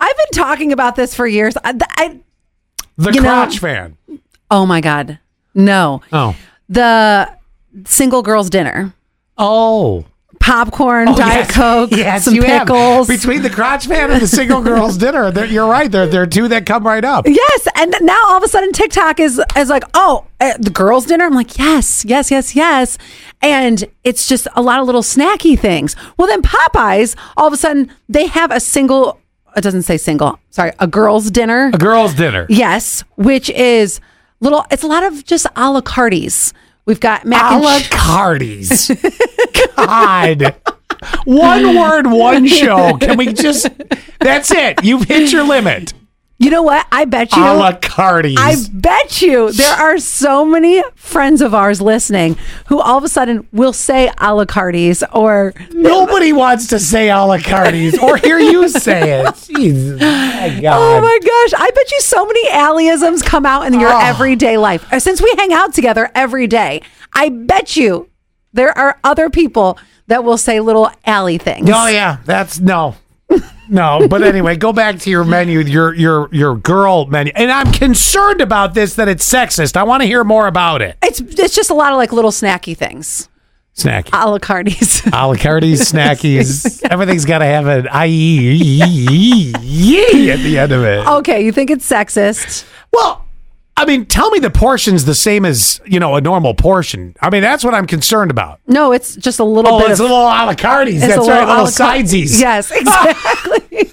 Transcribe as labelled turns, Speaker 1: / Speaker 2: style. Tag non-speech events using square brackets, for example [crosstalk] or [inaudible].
Speaker 1: been talking about this for years. I, I
Speaker 2: The
Speaker 1: You know-
Speaker 2: crotch fan.
Speaker 1: oh my god, no.
Speaker 2: Oh.
Speaker 1: The single girls dinner,
Speaker 2: Oh.
Speaker 1: popcorn,
Speaker 2: Oh,
Speaker 1: diet
Speaker 2: yes.
Speaker 1: coke,
Speaker 2: Yes,
Speaker 1: some
Speaker 2: you have.
Speaker 1: pickles.
Speaker 2: Between the crotch fan and the single girls dinner, there- you're right. There, there are two that come right up.
Speaker 1: Yes, and now all of a sudden TikTok is is like, oh, uh, the girls' dinner. I'm like, yes, yes, yes, yes, and it's just a lot of little snacky things. Well, then Popeyes, all of a sudden they have a single. It doesn't say single. Sorry, a girls' dinner.
Speaker 2: A girls dinner.
Speaker 1: yes, which is little. It's a lot of just a la cartes. We've got mac
Speaker 2: a
Speaker 1: and
Speaker 2: la
Speaker 1: cheese.
Speaker 2: cartes. God. One word, one show. Can we just? That's it. You've hit your limit.
Speaker 1: You know what? I bet
Speaker 2: A
Speaker 1: you.
Speaker 2: la cartes.
Speaker 1: I bet you there are so many friends of ours listening who all of a sudden will say a la cartes or
Speaker 2: Nobody wants to say a la cartes or hear you say it. Jeez. My God.
Speaker 1: Oh my gosh. I bet you so many alleyisms come out in your
Speaker 2: Oh.
Speaker 1: everyday life. Uh, Since we hang out together every day, I bet you there are other people that will say little alley things.
Speaker 2: Oh yeah, that's no. No, but anyway, go back to your menu, your your your girl menu. And I'm concerned about this that it's sexist. I want to hear more about it.
Speaker 1: It's it's just a lot of like little snacky things.
Speaker 2: Snacky.
Speaker 1: A la [laughs] cartes.
Speaker 2: A la [laughs] cartes, snackies. Everything's got to have an E, IE E, at the end of it.
Speaker 1: okay, you think it's sexist.
Speaker 2: Well, I mean, tell me the portion's the same as, you know, a normal portion. I mean, that's what I'm concerned about.
Speaker 1: No, it's just a little
Speaker 2: Oh,
Speaker 1: bit
Speaker 2: it's
Speaker 1: of
Speaker 2: a little a la cartes. That's right,
Speaker 1: a
Speaker 2: little
Speaker 1: la carte.
Speaker 2: [laughs] sidesies.
Speaker 1: Yes, exactly.